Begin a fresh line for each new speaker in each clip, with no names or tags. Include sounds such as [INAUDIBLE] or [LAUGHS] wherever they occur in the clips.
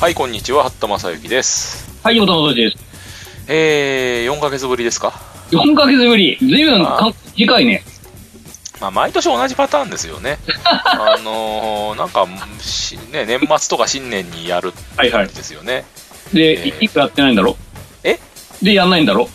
はい、こんにちは、八田正幸です。
はい、おたまどじです。
えー、4ヶ月ぶりですか。
4ヶ月ぶり。随分かん短いね。
まあ、毎年同じパターンですよ
[LAUGHS]
ね。あのー、なんか、しね、年末とか新年にやる
はいは
ん。ですよね。
で、
えー
いくやってないんだろ
え
で、やんないんだろ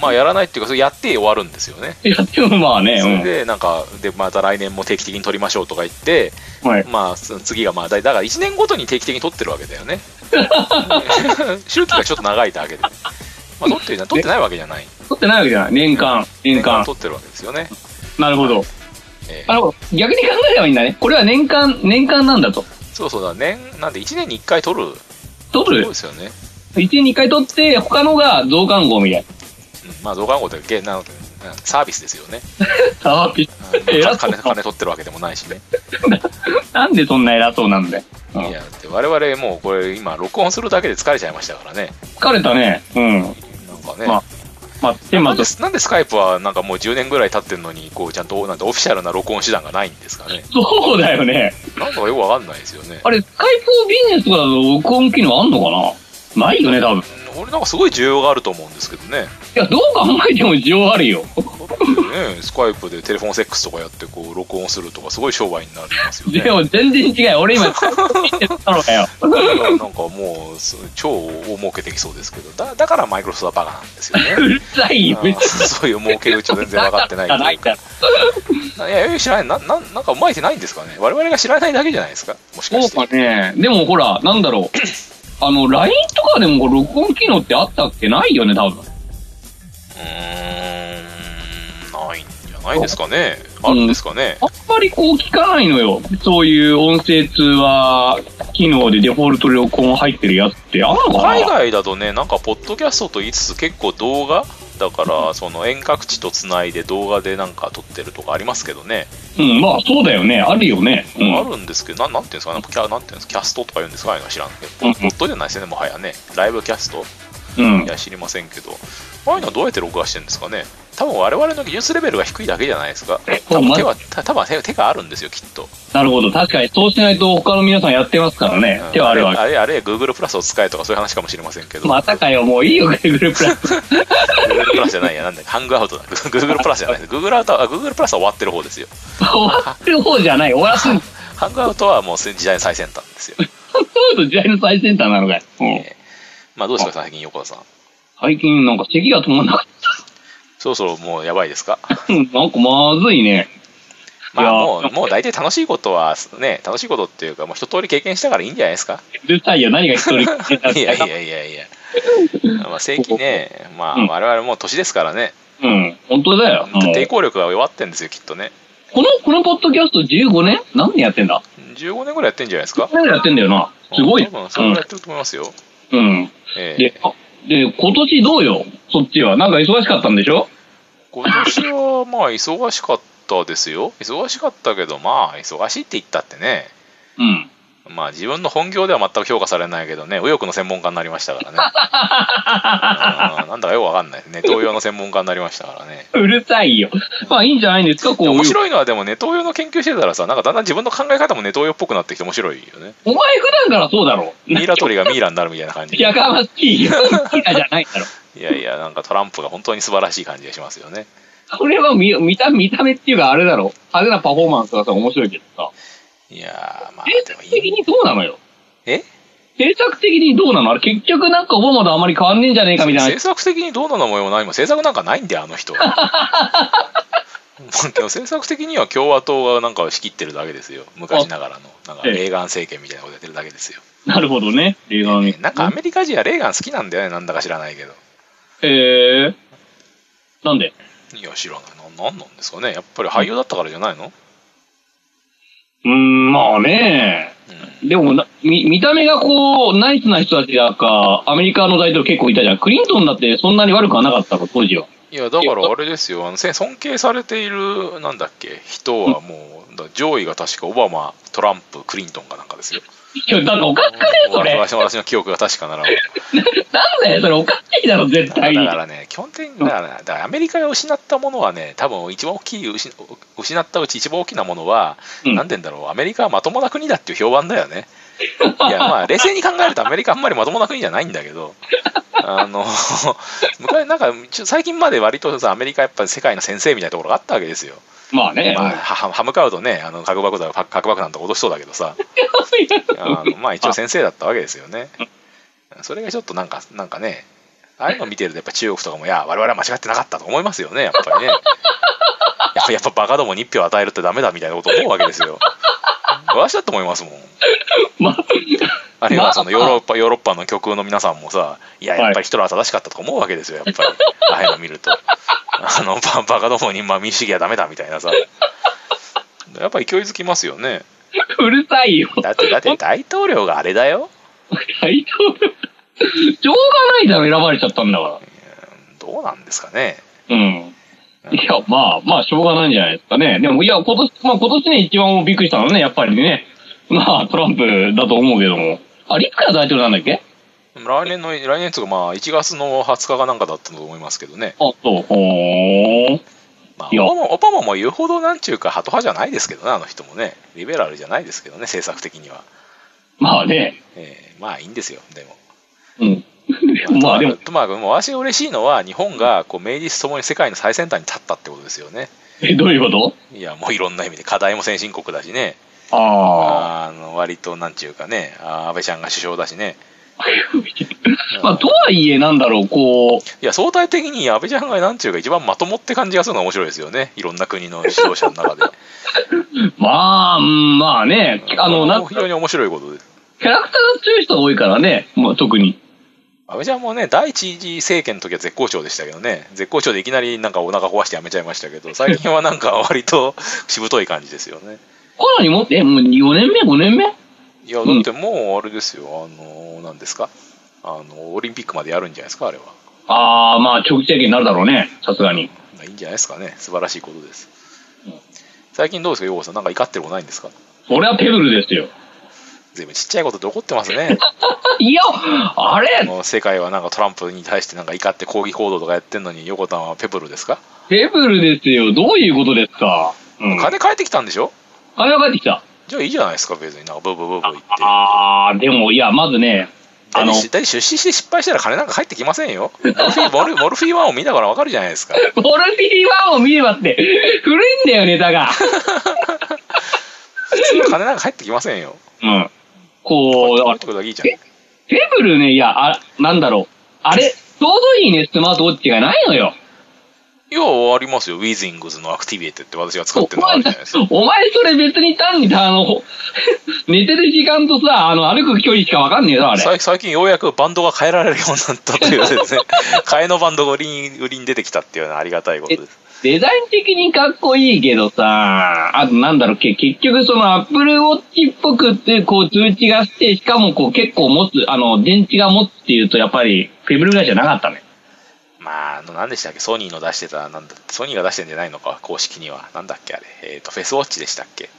まあ、やらないっていうか、それやって終わるんですよね。
やってもまあね、
それ
う
で、なんか、で、また来年も定期的に撮りましょうとか言って、
ん。はい。
まあ、そ次がまあ、だいだから1年ごとに定期的に撮ってるわけだよ
[LAUGHS]
ね。 [LAUGHS] 周期がちょっと長いだけで。まあ、撮ってるな撮ってないわけじゃない。
取ってないわけじゃない。年間。年間。
撮ってるわけですよね。
なるほど。
えー
なるほど。逆に考えればいいんだね。これは年間、年間なんだと。
そうそうだ、年、なんで1年に1回撮る。
取
そう
る
ですよね。
?1 年に1回取って、他のが増刊号みたい
うんまあ、動画号ってゲなサービスですよね。
な。ああ、ぴ
うん
[LAUGHS] 偉そう
金金取ってるわけでもないしね。
なんでそんな偉そうなんだよ。うん
いや、だって我々もうこれ今、録音するだけで疲れちゃいましたからね。
疲れたね。うん。
なんかね。
まあまあ、テー
な
マ
ん
と
で、なんでスカイプはなんかもう10年ぐらい経ってんのに、こう、ちゃんと、なんてオフィシャルな録音手段がないんですかね。
そうだよね。
なんかよくわかんないですよね。
あれ、スカイプビジネスとかだと録音機能あんのかなないよね、多分。い
うん俺なんかすごい需要があると思うんですけどね。
や、どう考えても需要あるよ。
ねスカイプでテレフォンセックスとかやって、こう、録音するとか、すごい商売になりますよね。
でも全然違う。
[LAUGHS]
俺今、使ってたのかよ。
なんかもう、そう超大儲けてきそうですけど、だだからマイクロソフトはバカなんですよ
う
ね。
るさいよ
あ。
別
ーそういう儲け口を全然分かってない
なかったら
いやいや知らないなななんかうまいてないんですかね我々が知らないだけじゃないですかもしか
そ
し
う
て
かね。でもほら、なんだろう。あの、LINE とかでもこう録音機能ってあったっけないよね、多分。
うーんないんじゃないですかねあるんですかね、
あんまりこう聞かないのよ。そういう音声通話機能でデフォルトで録音入ってるやつってあんのかな
海外だとねなんかポッドキャストと言いつつ結構動画だからその遠隔地とつないで動画でなんか撮ってるとかありますけどね、
うん、まあそうだよね。あるよね。うん。
あるんですけどななんていうんですかねキャなんていうんですキャストとか言うんですかああいうの知らんけどポ
うん
ッドじゃないですよねもはやねライブキャスト
うん
い。や知りませんけど、ああいうのはどうやって録画してるんですかね、多分我々の技術レベルが低いだけじゃないですか、多分手はた多分手手があるんですよ、きっと。
なるほど。確かに、そうしないと他の皆さんやってますからね
うん。
手はあるわ
あ
け。
れ、あれ、Google プラスを使えとかそういう話かもしれませんけど、
またかよ、もういいよ、Google プラス。
Google プラスじゃないや、なんだっけハングアウトだ、Google [LAUGHS] プラスじゃないです、Google アウトは Google プラスは終わってる方ですよ、
終わってる方じゃない。終わらすん。そ
ハングアウトはもう時代の最先端ですよ。
ういう時代の最先端なのかよ。うん
えまあどうですか、最近、横田さん。
最近なんか咳が止まんなかっ
そろそろもうやばいですか。
た。うんなんかまずいね。
まあ
いや
もう、もう大体楽しいことはね、楽しいことっていうか、もう一通り経験したからいいんじゃないですか。
うるさいよ、何が一人聞いてたっ
い
て
やいやいやいや。まあ、正規
[LAUGHS]
ね、まあ、
うん
我々もう年ですからね、
うん、本当だよ。もう
抵抗力が弱ってんですよ、きっとね。
この、このポッドキャスト15年何年やってんだ
15年ぐらいやってんじゃないですか。
何年やってんだよな。すごい。
多分、それぐらいやってると思いますよ。
うん。うん。
ええ
で、あで、今年どうよそっちは。なんか忙しかったんでしょ
今年は、まあ、忙しかったですよ。忙しかったけど、まあ、忙しいって言ったってね、
うん。
まあ、自分の本業では全く評価されないけどね、右翼の専門家になりましたからね。うんなんだかよくわかんない。ネトウヨの専門家になりましたからね。
うるさいよ。まあいいんじゃないんですか、こう。
面白いのはでもネトウヨの研究してたらさなんかだんだん自分の考え方もネトウヨっぽくなってきて面白いよね
お前普段からそうだろ。
ミイラ取りがミイラになるみたいな感じ
やかましいよ。ミイラじゃないだろ。
いやいやなんかトランプが本当に素晴らしい感じがしますよね
これは見見た見た目っていうかあれだろ。派手なパフォーマンスがさ、面白いけどさ。
いやーまあ
制
でも
作
い
的
い
にどうなのよ。
え
制作的にどうなのあれ結局なんかオバマとあまり変わんねえんじゃねえかみたいな
制。作的にどうなのもよないも制作なんかないんだよあの人は
[LAUGHS]
でも制作的には共和党がなんか仕切ってるだけですよ昔ながらのなんか
ええ
レーガン政権みたいなことやってるだけですよ、
なるほどね。映画を見て
なんかアメリカ人はレーガン好きなんだよねなんだか知らないけど
えー。なんで
いや知らないななんなんですかねやっぱり俳優だったからじゃないの、
うーん、まあね
うん
でもな見、見た目がこう、ナイスな人たちがか、アメリカの大統領結構いたじゃん。クリントンだってそんなに悪くはなかったろ、当時は。
いやだからあれですよあのせ尊敬されているなんだっけ人はもうだ上位が確かオバマトランプクリントンかなんかですよ
いや、だっておかしくねえ、 [LAUGHS] それ。
私の私の記憶が確かならば
なんだよ、それおかしいだろ、絶
だか
対に。
らね基本的にだから,、だからアメリカが失ったものはね多分一番大きい失失ったうち一番大きなものは、
うん [LAUGHS]
なんて言うんだろうアメリカはまともな国だっていう評判だよねいやまあ冷静に考えるとアメリカあんまりまともな国じゃないんだけ
[LAUGHS]
どあの昔なんかちょ最近まで割とさアメリカやっぱ世界の先生みたいなところがあったわけですよ、
[LAUGHS] まあね。
まあ、はは向かうとねあの核爆弾核爆弾とか脅しそうだけどさあの
[LAUGHS]
まあ一応先生だったわけですよねそれがちょっとなんかなんかねああいうの見てるとやっぱ中国とかもいや我々は間違ってなかったと思いますよねやっぱりねやっ [LAUGHS] ぱやっぱバカどもに一票与えるってダメだみたいなこと思うわけですよ私だと思いますもん
まあ、
あるい
ま
は
あ
そのヨーロッパヨーロッパの極右の皆さんもさいや
はい
やっぱりヒトラー正しかったとか思うわけですよやっぱりああいうの見るとあのババカどもにまあ民主主義はダメだみたいなさやっぱり勢いづきますよね
うるさいよ。
だってだって大統領があれだよ
大統領。しょうがないだろ、選ばれちゃったんだか
どうなんですかね
ら。うん。いや、まあ、まあ、しょうがないんじゃないですかね。でも、いや、今年、まあ、今年ね、一番びっくりしたのはね、やっぱりね、まあ、トランプだと思うけども。あ、リッカー大統領なんだっけ
来年の来年とかまあ1月の20日がなんかだったと思いますけどね、
あ、そう。ほー。
まあ、
いや
オバマオバマも言うほどなんちゅうかハト派じゃないですけどねあの人もねリベラルじゃないですけどね政策的には、
まあね。
えーまあいいんですよでも
うん。まあ、でも、
とまあ、もう私が嬉しいのは、日本がこう明治ともに世界の最先端に立ったってことですよね。
え、どういうこと
いや、もういろんな意味で、課題も先進国だしね、
ああ。
あの割となんちゅうかね、あ安倍ちゃんが首相だしね、
まあ、とはいえ、なんだろう、こ
い
う、
や、相対的に安倍ちゃんがなんちゅうか、一番まともって感じがするのが面白いですよね、いろんな国の指導者の中で。
まあ、うん、まあね、あの、なん
非常に面白いことです。
キャラクターが強い人が多いからね、まあ、特に。
安倍ちゃんもね、第一次政権の時は絶好調でしたけどね、絶好調でいきなりなんかお腹壊してやめちゃいましたけど、最近はなんか [LAUGHS] 割としぶとい感じですよね。
コロにも、え、もう4年目 ?5 年目
いや、だってもうあれですよ、あの、なんですか、あの、オリンピックまでやるんじゃないですか、あれは。
ああ、まあ、長期政権になるだろうね、さすがに。
まあいいんじゃないですかね、素晴らしいことです
うん。
最近どうですか、ヨウさん、なんか怒ってることないんですか
俺はペブルですよ。 [LAUGHS]
随分ちっちゃいことで怒ってますね。
いや、あ
あ
れ、
の世界はなんかトランプに対してなんか怒って抗議行動とかやってんのに、横田はペブルですか、
ペブルですよ。どういうことですか。うん。金
金返ってきたんでしょ
が返ってきた。
じゃあいいじゃないですか、別になんかブーブーブーブー言って。
ああ、でも、いや、まずね、あ
だ
の
っ、てだって出資して失敗したら金なんか返ってきませんよ。モルフィー、モルモルフィー1を見たからわかるじゃないですか。
ボルビーワンを見ればって、 [LAUGHS] 古いんだよ、ネタが。
普通の金なんか返ってきませんよ。
うん。こう、だか
あ
ら
ってことだけいいじゃん。
ペブルね、いや、あ、なんだろう。あれ、ちょうどいいね、スマートウォッチがないのよ。
いや、ありますよ。ウィズイングズのアクティビエテって私が使ってる
お
のあ
前
るじゃないですか。、
お前それ別に単にさ、あの、 [LAUGHS] ほ寝てる時間とさ、あの、歩く距離しかわかんねえよ、あれ。
最最近ようやくバンドが変えられるようになったというですね、替えのバンドが売りに売りに出てきたっていうのはありがたいことです。
デザイン的にかっこいいけどさ、あとなんだろう、け結局そのアップルウォッチっぽくって、こう通知がして、しかもこう結構持つ、あの、電池が持つっていうと、やっぱり、ペブルぐらいじゃなかったね。
まあ、あの、何でしたっけ、ソニーの出してた、なんだソニーが出してんじゃないのか、公式には。なんだっけ、あれ。えっ、と、フェスウォッチでしたっけ。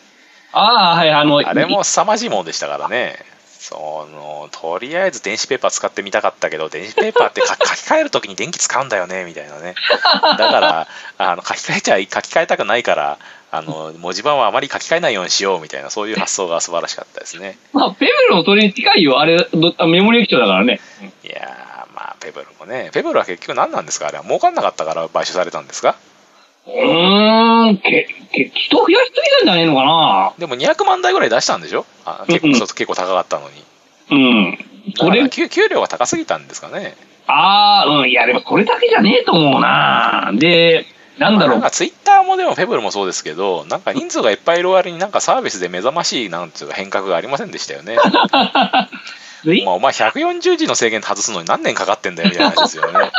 ああ、はい、あの、
あれも凄まじいもんでしたからね。その、とりあえず電子ペーパー使ってみたかったけど、電子ペーパーって
[LAUGHS]
か書き換えるときに電気使うんだよね、みたいなね。だから、あの書き換えちゃい、書き換えたくないから、あの、文字盤はあまり書き換えないようにしよう、みたいな、そういう発想が素晴らしかったですね。
まあ、ペブルもそれに近いよ。あれ、どあメモリ液晶だからね。
いやー、まあ、ペブルもね。ペブルは結局何なんですかあれは儲かんなかったから買収されたんですか
うーん、け、け、人増やしすぎたんじゃねえのかな
でも200万台ぐらい出したんでしょあ結
うん
構、
うん
そう結構高かったのに。
うん。こ
これ
れ、
給給料が高すぎたんですかね。
ああ、うん、いや、でもこれだけじゃねえと思うな。で、なんだろ
なん
う
か。ツイッターもでもフェブルもそうですけどなんか人数がいっぱいいる割になんかサービスで目覚ましいなんていうか変革がありませんでしたよ
[LAUGHS]
ね。
ツイ
まあお前140字の制限外すのに何年かかってんだよみたいな話です
[LAUGHS]
よね。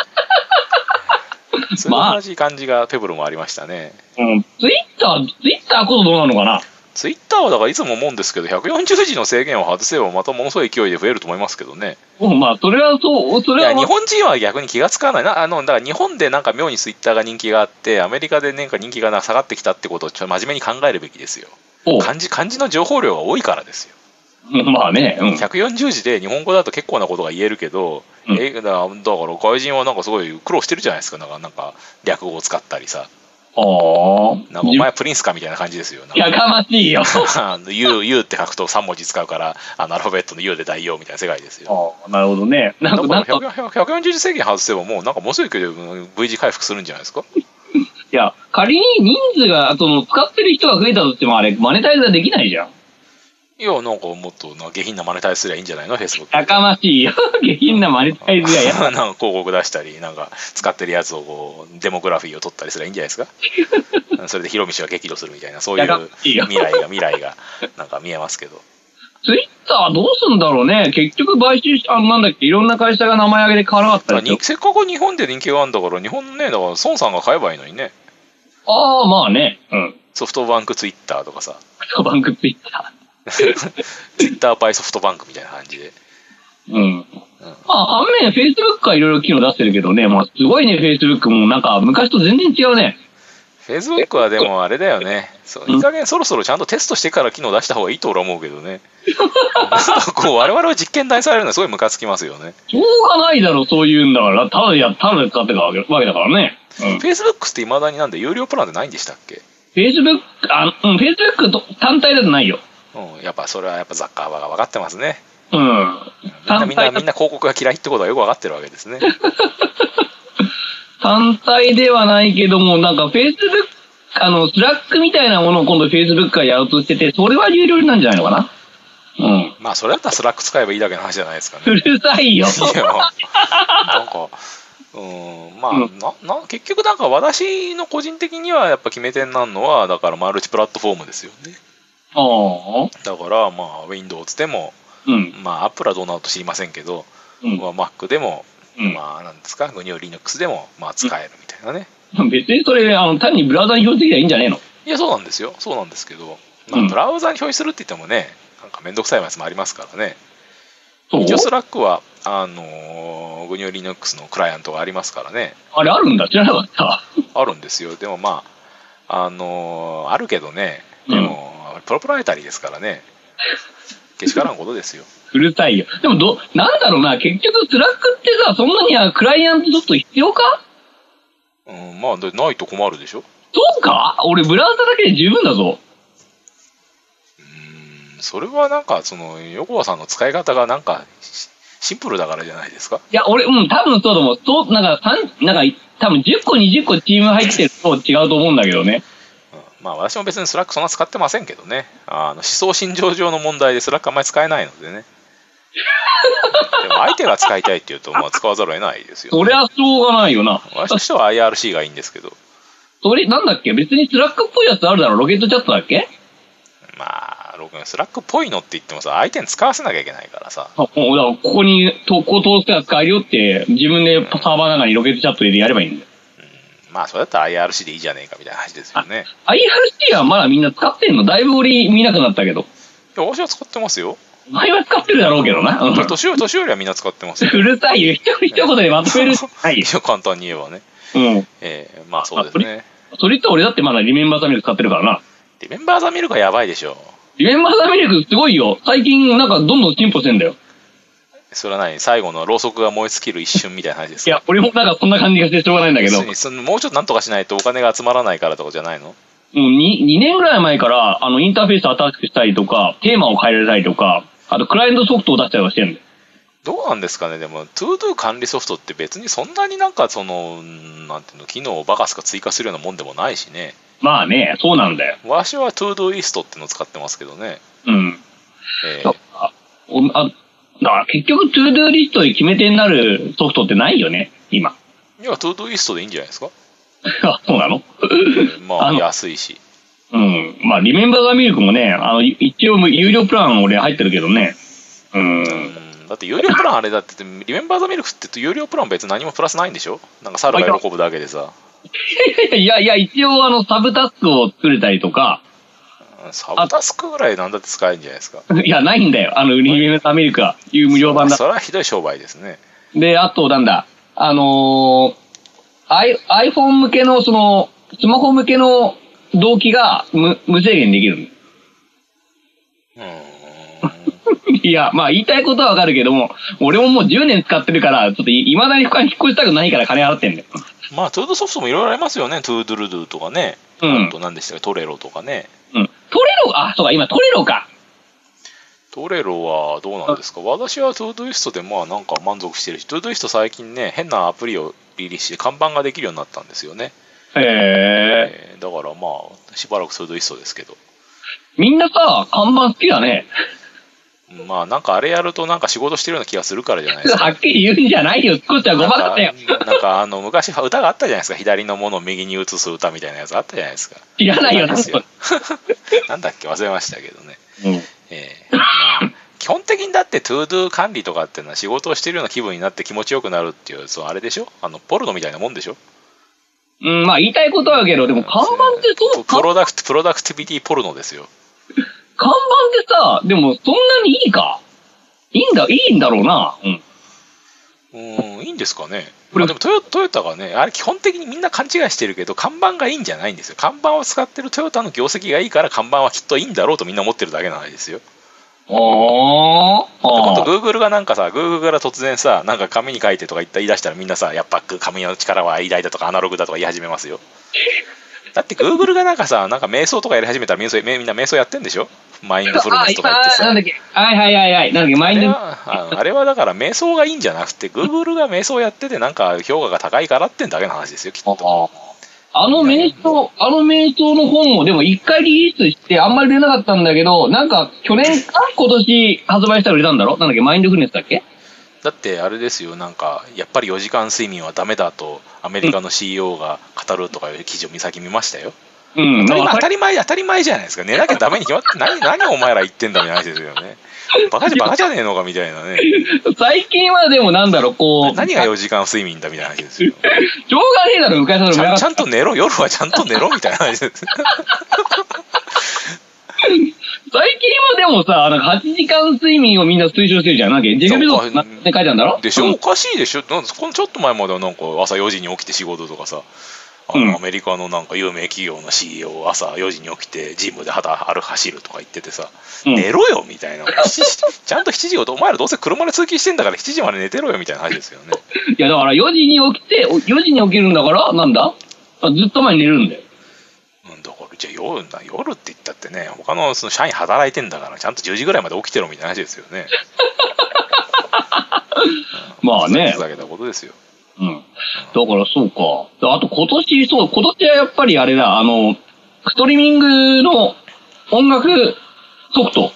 それと同じ感じがフェブルもありましたね。
うんツイッター、ツイッターこそどうなのかな
ツイッターはだからいつも思うんですけど140字の制限を外せばまたものすごい勢いで増えると思いますけどね。
うん、まあ、それはそう、そ
い
れは
や、日本人は逆に気がつかないなあのだから日本でなんか妙にツイッターが人気があってアメリカでなんか人気がな下がってきたってことをちょっと真面目に考えるべきですよ。
お
漢字漢字の情報量が多いからですよ。
うんまあね、うん。
140字で日本語だと結構なことが言えるけど、
うん
えだからだから外人はなんかすごい苦労してるじゃないですかなんかなんか略語を使ったりさ
おー。
なんかお前プリンスかみたいな感じですよ。なんか
やかましいよ。
あの U, U って書くと3文字使うからあのアルファベットの U で代用みたいな世界ですよ。
ああ、なるほどね。な
だか
んか、な
ら
んか、
100 140字制限外せばもうなんかもうすぐ勢いでうん V 字回復するんじゃないですか
いや、仮に人数が、その、使ってる人が増えたとしても、あれ、マネタイズはできないじゃん。
いやなんかもっとなんか下品なマネタイズすりゃいいんじゃないの ?Facebook
やかましいよ。 [LAUGHS] 下品なマネタイズ
[LAUGHS]
がや
なんか広告出したりなんか使ってるやつをこうデモグラフィーを取ったりすりゃいいんじゃないです
[LAUGHS]
かうんそれで広道が激怒するみたいなそうい
やが
う
っいいよ
未来が未来がなんか見えますけ
[LAUGHS]
ど。
ツイッターどうすんだろうね。結局買収し、あの、なんだっけ、いろんな会社が名前挙げて買わなかった
だから
でしょ
に。せっかく日本で人気があるんだから日本のねだから孫さんが買えばいいのにね
ああ、まあね。うん。
ソフトバンクツイッターとか
[LAUGHS]
さ
クソバンクツイッタ
ツイッターバイソフトバンクみたいな感じで。
ー。うん。まあ、反面、Facebook はいろいろ機能出してるけどね、まあ、すごいね、Facebook も、なんか、昔と全然違うね。
フェイスブックはでもあれだよね。そういい加減そろそろちゃんとテストしてから機能出した方がいいと俺は思うけど
[LAUGHS]
ね。なんかこう我々は実験台されるのはすごいムカつきますよね。
しょうがないだろ、そういうんだから。ただや、ただ使ってたわけわけだからね。うん
フ。ェイスブックっていまだになんで有料プランでないんでしたっけ
Facebook、あ、うん、Facebook と単体だとないよ。
うん、やっぱそれはやっぱザッカーバーが分かってますね。
うん。
みんなみ
単
んな
体
みんな広告が嫌いってことはよく分かってるわけです
[LAUGHS]
ね。
単体ではないけども、なんか Facebook、あの、スラックみたいなものを今度 Facebook がやろうとしてて、それは有料なんじゃないのかなうん。
まあそれだったらスラック使えばいいだけの話じゃないですかね
[LAUGHS] う。るさいよ。
いやなんか、うん、まあ、
うん
なな結局なんか私の個人的にはやっぱ決め手になるのは、だからマルチプラットフォームですよね。
ああ。
だから、まあ、Windows でも、
うん。
まあ、Apple はどうなると知りませんけど、
うん
まあ、Mac でも、
うん
まあ、なんですか、グニュー Linux でも、まあ、使えるみたいなね。
別にそれ、あの、単にブラウザに表示できりゃいいんじゃねえの
いや、そうなんですよ。そうなんですけど、ま
う
あ、
ん
ブラウザに表示するって言ってもね、なんかめんどくさいやつもありますからね。
そう
一応、スラックは、あのー、グニュー Linux のクライアントがありますからね。
あれあるんだ知らなかった。
あるんですよでもまああのーあるけどね
うん
でも、プロプライタリーですからねけしからんことですよ
[LAUGHS] うるさいよ。でも、ど、なんだろうな、結局、スラックってさ、そんなにはクライアントソフト必要か
うんまあでないと困るでしょ
そうか俺、ブラウザだけで十分だぞ。
うんそれはなんかその横川さんの使い方がなんかシシンプルだからじゃないですか
いや、俺、うん、多分そうだもん。そう、なんか、三なんか、多分10個、20個チーム入ってると違うと思うんだけどね。
うんまあ私も別にスラックそんな使ってませんけどねあの思想信条上の問題でスラックあんまり使えないので
[LAUGHS]
ねでも相手が使いたいっていうとまあ使わざるを得ないですよ、
そりゃしょうがないよな。
私としては IRC がいいんですけど
それ、なんだっけ別にスラックっぽいやつあるだろロケットチャットだっけ
まあ、ログインスラックっぽいのって言ってもさ、相手に使わせなきゃいけないからさ。
あもうだからここに、とここ通すやつ使えるよって、自分でサーバーの中にロケットチャット入れてやればいいんだよ。
まあ、それだったら IRC でいいじゃねえかみたいな話ですよね。
IRC はまだみんな使ってんのだいぶ俺見なくなったけど。
いや、私は使ってますよ。
前は使ってるだろうけどな。うん
年寄り、年寄りはみんな使ってますよ。
うるさいよ。一言一言でまとめる。はい。
一応簡単に言えばね。
うん。
えーまあそうですね。
それって俺だってまだリメンバーザミルク使ってるからな。
リメンバーザミルクはやばいでしょ。
リメンバーザミルクすごいよ。最近なんかどんどん進歩してんだよ。
それは何最後のろうそくが燃え尽きる一瞬みたいな話です
い
か
や、俺もなんかそんな感じがしてしょうがないんだけど
別。にそのもうちょっとなんとかしないとお金が集まらないからとかじゃないの
もう 2, 2年ぐらい前から、あの、インターフェース新しくしたりとか、テーマを変えられたりとか、あと、クライアントソフトを出したりはしてるんだよ。
どうなんですかねでも、ToDo 管理ソフトって別にそんなになんかその、うんなんていうの、機能をバカすか追加するようなもんでもないしね。
まあね、そうなんだよ。
わしは ToDo リストってのを使ってますけどね。
うん。
えー
だから、おあだから結局、トゥードゥーリストで決め手になるソフトってないよね、今。 [LAUGHS]
いや、ToDo リストでいいんじゃないですか。
あ、そうなの
まあ、
あの
安いし。
うん。まあ、リメンバーザミルクもね、あの、い一応、有料プラン俺入ってるけどね。う。
うんん、だって、有料プランあれだって、リメンバーザミルクって言うと有料プラン別に何もプラスないんでしょなんか猿が喜ぶだけでさ。
[LAUGHS] いやいや、一応、あの、サブタスクを作れたりとか、 [LAUGHS]
うんサブタスクぐらいなんだって使えるんじゃないですか。
いや、ないんだよ。あの、リメンバーザミルクは、いう無料版だ
それはひどい商売ですね。
で、あと、なんだ、あのー、I、iPhone 向けの、その、スマホ向けの動機が無無制限できる。
うーん。
[LAUGHS] いや、まあ言いたいことはわかるけども、俺ももう10年使ってるから、ちょっとい未だに他に引っ越したくないから金払ってんだよ。
まあ、トゥードソフトもいろいろありますよね。トゥードゥルドゥとかね。
うん
あと何でしたっけ、トレロとかね。
うん。トレロ、あ、そうか、今トレロか。
トレロはどうなんですか私はトゥードゥイストでまあなんか満足してるし、トゥードゥイスト最近ね、変なアプリをリリースして看板ができるようになったんですよね。
へえ。
えーだからまあ、しばらくトゥードゥイストですけど。
みんなさ、看板好きだね。
うんまあなんかあれやるとなんか仕事してるような気がするからじゃない
[LAUGHS]
ですか。
はっきり言うんじゃないよ。少しはごまかせよ。
なんかなんかあの昔歌があったじゃないですか左のものを右に移す歌みたいなやつあったじゃないですか
知らない
な
よ、なん
で
ん
すよ
か。
なんだっけ忘れましたけどね、
うん。
ええまあ、 [LAUGHS] 基本的にだってトゥードゥ管理とかっていうのは仕事をしてるような気分になって気持ちよくなるっていうそうあれでしょあのポルノみたいなもんでしょ
うん、まあ言いたいことはあるけど、でも看板ってそ
ププ
う、看板っ
ロダクトプロダクティビティポルノですよ
てさ、でもそんなにいいかいいんだ、いいんだろうな。うん。
うーんいいんですかね
これ
あでもトヨトヨタがねあれ基本的にみんな勘違いしてるけど看板がいいんじゃないんですよ看板を使ってるトヨタの業績がいいから看板はきっといいんだろうとみんな思ってるだけなんですよ
あー
今
あ
度
ー。
グーグルがなんかさグーグルから突然さなんか紙に書いてとか言った言い出したらみんなさやっぱ紙の力は偉大だとかアナログだとか言い始め
[LAUGHS]
ますよだってグーグルがなんかさなんか瞑想とかやり始めたら瞑想みんな瞑想やってんでしょマインドフルネスとか言って
あ、今、な
さ
んだっけ。はいはいはいはい。なんだっけ、マ
あ
イン
れ
ド。
はああれはだから瞑想がいいんじゃなくてグーグルが瞑想やっててなんか評価が高いからってんだけの話ですよきっと
あの瞑想、あの瞑想の本もでも一回リリースしてあんまり出なかったんだけど、なんか去年か今年発売したら売れたんだろなんだっけマインドフルネスだっけ
だってあれですよなんかやっぱり4時間睡眠はダメだとアメリカの CEO が語るとかいう記事を見先見ましたよ
うん。
当たり前
ま
当たり前
あ
当たり前じゃないですか寝なきゃダメに決まって何何お前ら言ってんだみたいな話ですよ
[LAUGHS]
ねバカじゃバカじゃねえのかみたいなね
最近はでもなんだろう、こう。
何が4時間睡眠だみたいな話ですよ
しょうがねえだろ、向井さんの
ちゃんち
村
ゃんと寝ろ夜はちゃんと寝ろみたいな話
[LAUGHS]
です
最近はでもさ、なんか8時間睡眠をみんな推奨してるじゃん。なんだっけジェフビード
そう
って書いてあるんだろ
でしょ
う
お
ん
かしいでしょなんかこのちょっと前まではなんか朝4時に起きて仕事とかさあの
うん
アメリカのなんか有名企業の CEO 朝4時に起きてジムで肌歩走るとか言っててさ、
うん
寝ろよみたいなちゃんと7時をお前らどうせ車で通勤してんだから7時まで寝てろよみたいな話ですよね
いや、だから4時に起きて、お4時に起きるんだから、なんだあずっと前に寝るんだよ。
うん、だからじゃあ夜な夜って言ったってね他のその社員働いてんだからちゃんと10時ぐらいまで起きてろみたいな話ですよね
まあね
ふ。ざけたことですよ
うん。だからそうか。あと今年、そう、今年はやっぱりあれだ、あの、ストリーミングの音楽ソフト、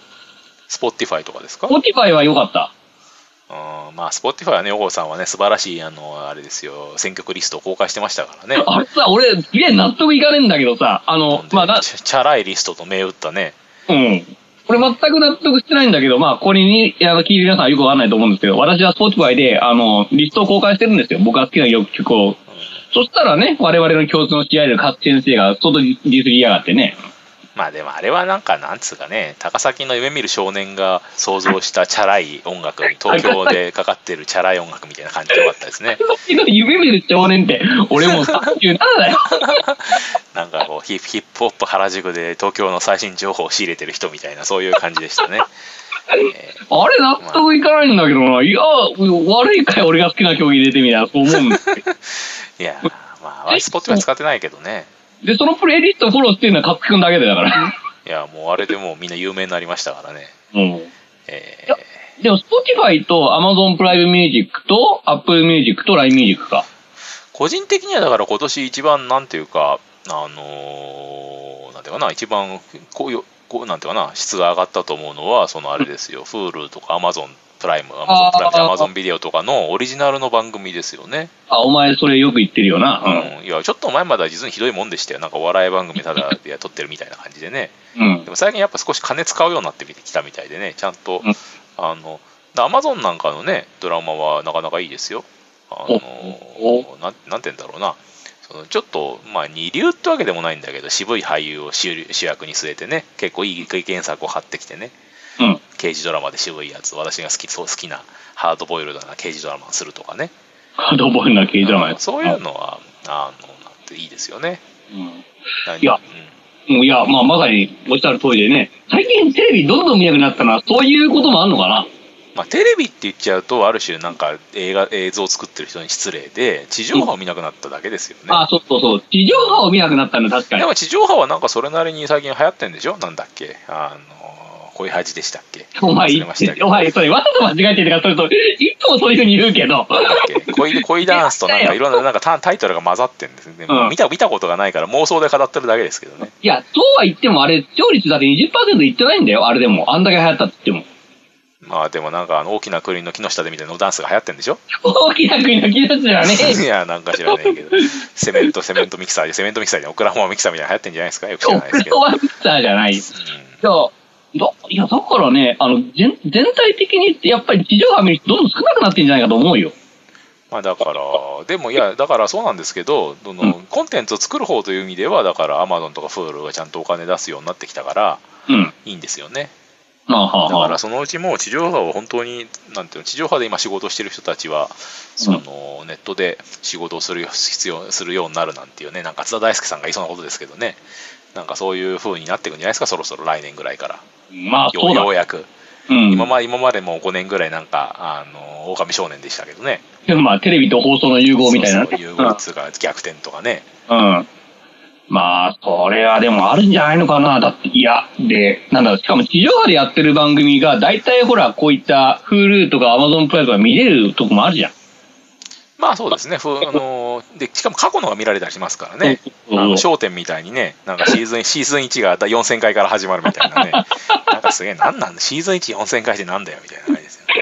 スポティファイとかですか
Spotify は良かった。
うんまあスポティファイはね横さんはね素晴らしいあのあれですよ選曲リストを公開してましたからね
あれさ、俺、すげえ納得いかねえんだけどさ、あの
ほん、で
まあ、な
チャチャラいリストと銘打ったね
うん。これ全く納得してないんだけど、まあ、これに、あの、聞いてる皆さんはよくわかんないと思うんですけど、私は Spotify で、あの、リストを公開してるんですよ。僕が好きな曲を。そしたらね、我々の共通の知り合いの勝先生が、外にディスりやがってね。
まあでもあれはなんかなんつうかね高崎の夢見る少年が想像したチャラい音楽東京でかかってるチャラい音楽みたいな感じでよかったですね
さっきの夢見る少年って、俺もう37だ
[LAUGHS]
よ。
なんか
[LAUGHS]
こうヒップヒップホップ原宿で東京の最新情報を仕入れてる人みたいなそういう感じで
[LAUGHS]
したね。えー
あれ納得いかないんだけどな。いや、悪いかい俺が好きな曲入れてみたいな、そう思うんだ
[LAUGHS]
けど
いやーまあスポットは使ってないけどね。
で、そのプレイリストをフォローしてるのは勝木くんだけだよだから。
いやもうあれでもうみんな有名になりましたからね。
うん。
え
やでも、Spotify と Amazon プライムミュージックと Apple ミュージックと LINE ミュージックか。
ー個人的にはだから今年一番なんていうかあのーなんていうかな一番こういうこうなんていうかな質が上がったと思うのはそのあれですよ Hulu とか Amazon プライム Amazon プライム
あー
Amazon ビデオとかのオリジナルの番組ですよね。
あ、お前それよく言ってるよな。
うん、いやちょっと前までは実にひどいもんでしたよなんかお笑い番組ただで撮ってるみたいな感じでね
うん。うん
で。も最近やっぱ少し金使うようになってきたみたいでねちゃんと、
うん
あのアマゾンなんかのねドラマはなかなかいいですよあ
お
のなんなんて言うんだろうなそのちょっとまあ二流ってわけでもないんだけど渋い俳優を主主役に据えてね結構いい原作を張ってきてね
うん。
刑事ドラマで渋いやつ私が好きそう好きなハードボイルドな刑事ドラマをするとかね
ハードボイルな系じゃない
そういうのはあのなんていいですよね
いやうん。いや、まあ、まさにおっしゃる通りでね。最近テレビどんどん見なくなったのは、そういうこともあんのかな。
まあ、テレビって言っちゃうとある種なんか映画映像を作ってる人に失礼で地上波を見なくなっただけですよね、
あ、そうそうそう。地上波を見なくなったの、確か
で
に。
も地上波はなんかそれなりに最近流行ってんでしょなんだっけあのー、恋恥でしたっけ
お前
忘れましたけ、ど
お前、それわざと間違えてるから、それと、いつもそういうふうに言うけど。
なんだっ
[LAUGHS]
け恋恋ダンスとなんかいろんななんかタタイトルが混ざってんですね、
うん
見た見たことがないから妄想で語ってるだけですけどね
いや、そうは言っても、あれ、視聴率だって20%いってないんだよ、あれでも。あんだけ流行ったって言っても。
まあでもなんかあの大きな国の木の下でみたいなダンスが流行ってんでしょ
大きな国の技術だね。
[LAUGHS] いやなんか知らないけどセメントセメントミキサーでセメントミキサーでオクラホマミキサーみたいなの流行ってんじゃないですかよく知らないです
ク
け
ロ
ど、うん、
ワミキサーじゃない。いや、だいやだからね、あの、全全体的に、やっぱり地上波見る人どんどん少なくなってんじゃないかと思うよ。
まあだからでもいやだからそうなんですけどどの、
うん
コンテンツを作る方という意味ではだからアマゾンとかフ l ルがちゃんとお金出すようになってきたから
うん。
いいんですよね
まあ、
だ
はあ、
か
は
ら
あ。
そのうちもう地上波を本当になんていうの地上波で今仕事をしてる人たちはそのネットで仕事をする必要するようになるなんていうねなんか津田大輔さんが言いそうなことですけどねなんかそういう風になっていくんじゃないですかそろそろ来年ぐらいから
まあ、
よ
そう
う
だ
よ。うやく
うん。
今ま今までも5年ぐらいなんかあの狼少年でしたけどね
まあ、テレビと放送の融合みたいなね。
そうそう融合っつうか逆転とかね
うん。うんまあ、それはでもあるんじゃないのかな。だって、いや、で、なんだろう、しかも地上波でやってる番組が、大体ほら、こういった Hulu とか Amazon プライムとか見れるとこもあるじゃん。
まあそうですねふあのでしかも過去のが見られたりしますからね
うん
あの焦点みたいにねなんかシーズン [LAUGHS] シーズン1が第4000回から始まるみたいなねなんかすげえなんなんだシーズン14000回ってなんだよみたいな感じですよね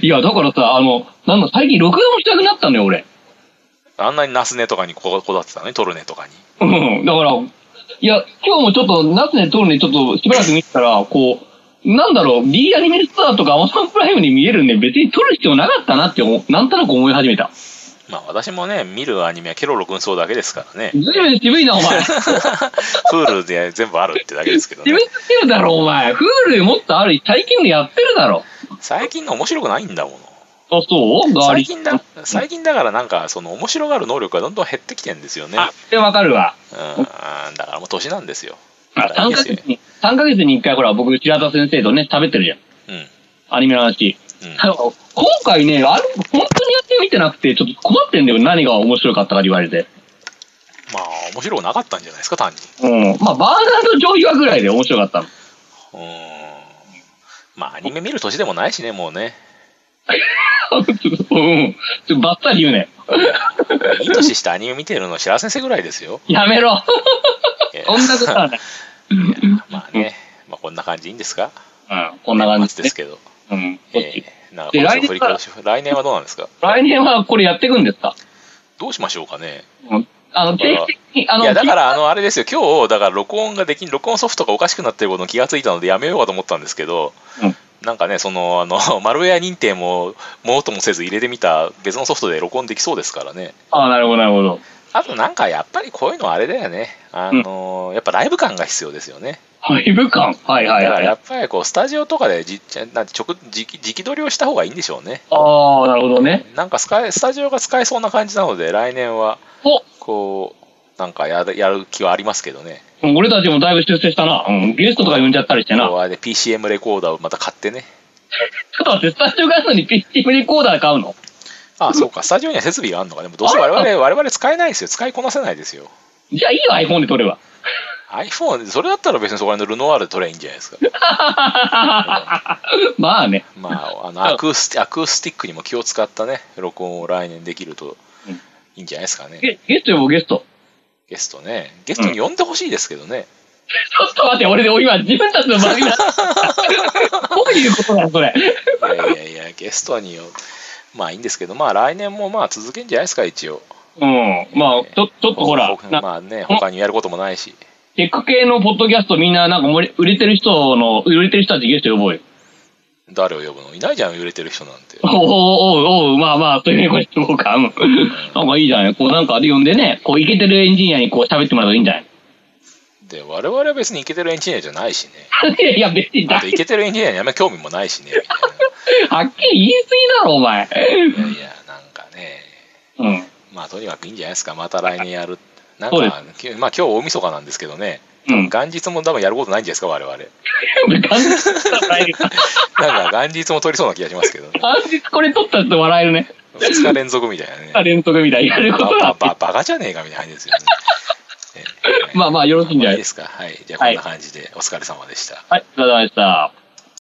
いや、だからさ、あの、なんだ、最近録画もしたくなったのよ、俺。
あんなにナスネとかにここだってたのにトルネとかに
うん、だから、いや、今日もちょっと、なぜね、撮るね、ちょっとしばらく見てたら、こう、なんだろう、D アニメスターとか Amazon プライムに見えるんで、別に撮る必要なかったなって思、なんとなく思い始めた。
まあ私もね見るアニメはケロロ軍曹だけですからね
ずいぶん渋いな、お前。渋
Hulu で全部あるってだけですけど
い
ね
すぎるだろ、お前。Hulu もっとある、最近のやってるだろ。
最近の面白くないんだもの
あ、そうガーリ
最
ッ
近
ク
だ最近だからなんかその面白がる能力がどんどん減ってきてんですよね
あ、それわかるわ。
うんだからもう年なんですよ
あ3ヶ
いい
月
ですよ
に、三ヶ月に1回、ほら、僕、白田先生とね、喋ってるじゃん。
うん
アニメの話。
うん
あの今回ね、あれ、本当にやってみてなくて、ちょっと困ってんだよ。何が面白かったか言われて。
まあ面白くなかったんじゃないですか単に
うん。まあ、バーナード・ジョイはぐらいで面白かったの。 [LAUGHS]
うーんまあアニメ見る年でもないしねもう
[LAUGHS]
ね
うん。ちょっとバッサリ言うね。
いい年してアニメ見てるの白先生ぐらいですよ
やめろ。
いや
そんなこと
[LAUGHS]
はない。
まあね、まあ、こんな感じいいんですか
[LAUGHS] うん。こんな感
年
じ
末
で。
ですすけど、
うん。
えーなんか
で
今年を
来年
振り
から
返し来年はどうなんですか
来年はこれやっていくんですか
どうしましょうかね
うん。あの、定期的に、あ
い
の、
やだからあのあれですよ今日だから録音ができん録音ソフトがおかしくなってることに気がついたのでやめようかと思ったんですけど
うん
なんかねそのあの [LAUGHS] マルウェア認定ももうともせず入れてみた別のソフトで録音できそうですからね
ああ、なるほど、なるほど。
あとなんかやっぱりこういうのはあれだよねあの、やっぱライブ感が必要ですよね
ライブ感。はいはい
だから
はい。
や
あ
っぱりこうスタジオとかでじちゃなんて直直直撮りをした方がいいんでしょうね
あー、なるほどね。
なんか使えスタジオが使えそうな感じなので来年は
お
こうなんかやるやる気はありますけどね
俺たちもだいぶ出世したな。うん。ゲストとか呼んじゃったりしてな。ちょ
こうあれで PCM レコーダーをまた買ってね
っと待って、スタジオガスに PCM レコーダー買うの
あそうかスタジオには設備があるのかでもどうせ我
あ
々我々使えないですよ使いこなせないですよ
じゃあいいよ、iPhone で撮れば。 [LAUGHS]
iPhone それだったら別にそこら辺のルノワールで撮ればいいんじゃないですか
まあね。
ま
[LAUGHS]
ああのアクースティアクースティックにも気を使ったね録音を来年できると
うん
いいんじゃないですかね
ゲゲスト呼ぼう、ゲスト。
ゲストねゲストに呼んでほしいですけどね、
ちょっと待って、俺で今自分たちの番組だ。 [LAUGHS] どういうことなの、それ。
いやいやいやゲストによまあいいんですけどまあ来年もまあ続けんじゃないですか一応
うん。まあ、ちょちょっとほら、
他
な
まあね他にやることもないし
テック系のポッドキャストみんななんか盛り売れてる人の、売れてる人たちゲスト呼ぼうよ。
誰を呼ぶのいないじゃん売れてる人なんて
おうおうおうおうまあまあ、そういうふうにしとこうか。うんなんかいいじゃない。こうなんかで呼んでね、こう、イケてるエンジニアにこう喋ってもらうといいんじゃない
で我々は別にイケてるエンジニアじゃないしね
いや、別に
あ
だ
とイケてるエンジニアにあんまり興味もないしねみたい
はっきり言い過ぎだろ、お前。 [LAUGHS]
ないやいやなんかね
うん。
まあとにかくいいんじゃないですかまた来年やるなん
そうで
か、きまあ今日大晦日なんですけどね、
うん。
元日も多分やることないんじゃないですか、我々。
元日は笑える
なんか元日も取りそうな気がしますけど、ね、
元日これ撮ったって笑えるね。
2日連続みたいなね。
タレント組だ。やること
ば
は。
ばバカじゃねえかみたいな感じですよね。
まあまあ、よろしいんじゃ
い
ない
で
いです
すか。はい。じゃあこんな感じでお疲れ様でした。
か。はい、ありがとうございました。